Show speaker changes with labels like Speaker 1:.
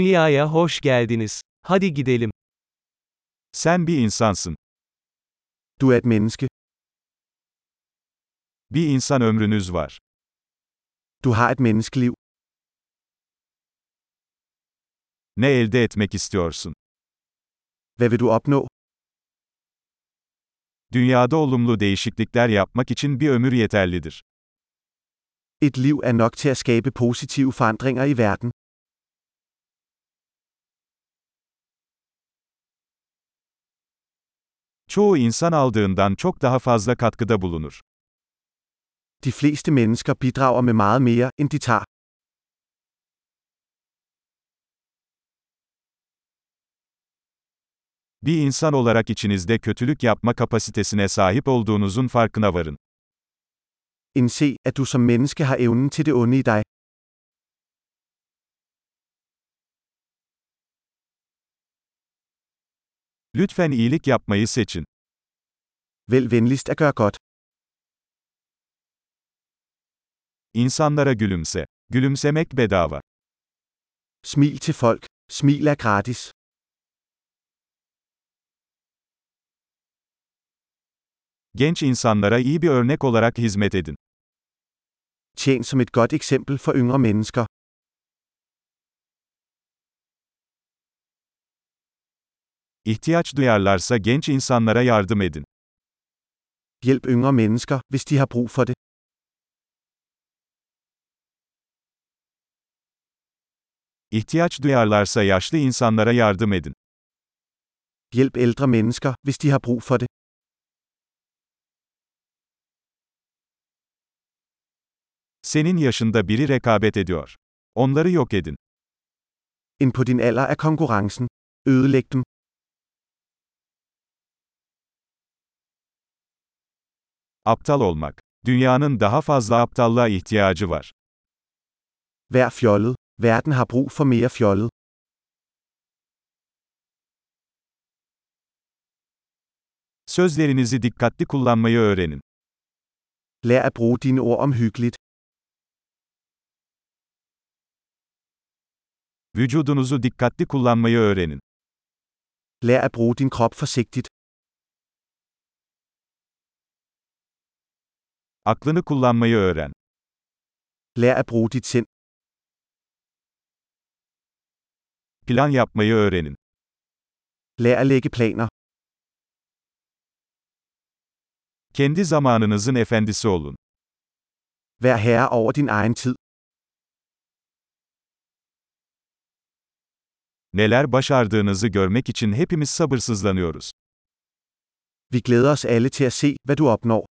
Speaker 1: Dünyaya hoş geldiniz. Hadi gidelim.
Speaker 2: Sen bir insansın.
Speaker 3: Du er et menneske.
Speaker 2: Bir insan ömrünüz var.
Speaker 3: Du har et menneskeliv.
Speaker 2: Ne elde etmek istiyorsun?
Speaker 3: Hvad vil du opnå?
Speaker 2: Dünyada olumlu değişiklikler yapmak için bir ömür yeterlidir.
Speaker 3: Et liv er nok til at skabe positive forandringer i verden.
Speaker 2: Çoğu insan aldığından çok daha fazla katkıda bulunur.
Speaker 3: De fleste mennesker bidrager med meget mere, end de tager.
Speaker 2: Bir insan olarak içinizde kötülük yapma kapasitesine sahip olduğunuzun farkına varın.
Speaker 3: Indse, at du som menneske har evnen til det onde i dig.
Speaker 2: Lütfen iyilik yapmayı seçin.
Speaker 3: Vælg venligst at gøre godt.
Speaker 2: İnsanlara gülümse. Gülümsemek bedava.
Speaker 3: Smil til folk. Smil er gratis.
Speaker 2: Genç insanlara iyi bir örnek olarak hizmet edin.
Speaker 3: Tjen som et godt eksempel for yngre mennesker.
Speaker 2: İhtiyaç duyarlarsa genç insanlara yardım edin.
Speaker 3: Hjælp yngre mennesker, hvis de har brug for det.
Speaker 2: İhtiyaç duyarlarsa yaşlı insanlara yardım edin.
Speaker 3: Hjælp ældre mennesker, hvis de har brug for det.
Speaker 2: Senin yaşında biri rekabet ediyor. Onları yok edin.
Speaker 3: End på din alder er konkurrencen. Ødelæg dem.
Speaker 2: Aptal olmak. Dünyanın daha fazla aptallığa ihtiyacı var.
Speaker 3: Vær fjollet. Verden har brug for mere fjollet.
Speaker 2: Sözlerinizi dikkatli kullanmayı öğrenin.
Speaker 3: Lær at bruge dine ord omhyggeligt.
Speaker 2: Vücudunuzu dikkatli kullanmayı öğrenin.
Speaker 3: Lær at bruge din krop forsigtigt.
Speaker 2: Aklını kullanmayı öğren.
Speaker 3: Lær at bruge dit sind.
Speaker 2: Plan yapmayı öğrenin.
Speaker 3: Lær at lægge planer.
Speaker 2: Kendi zamanınızın efendisi olun.
Speaker 3: Vær herre over din egen tid.
Speaker 2: Neler başardığınızı görmek için hepimiz sabırsızlanıyoruz.
Speaker 3: Vi glæder os alle til at se, hvad du opnår.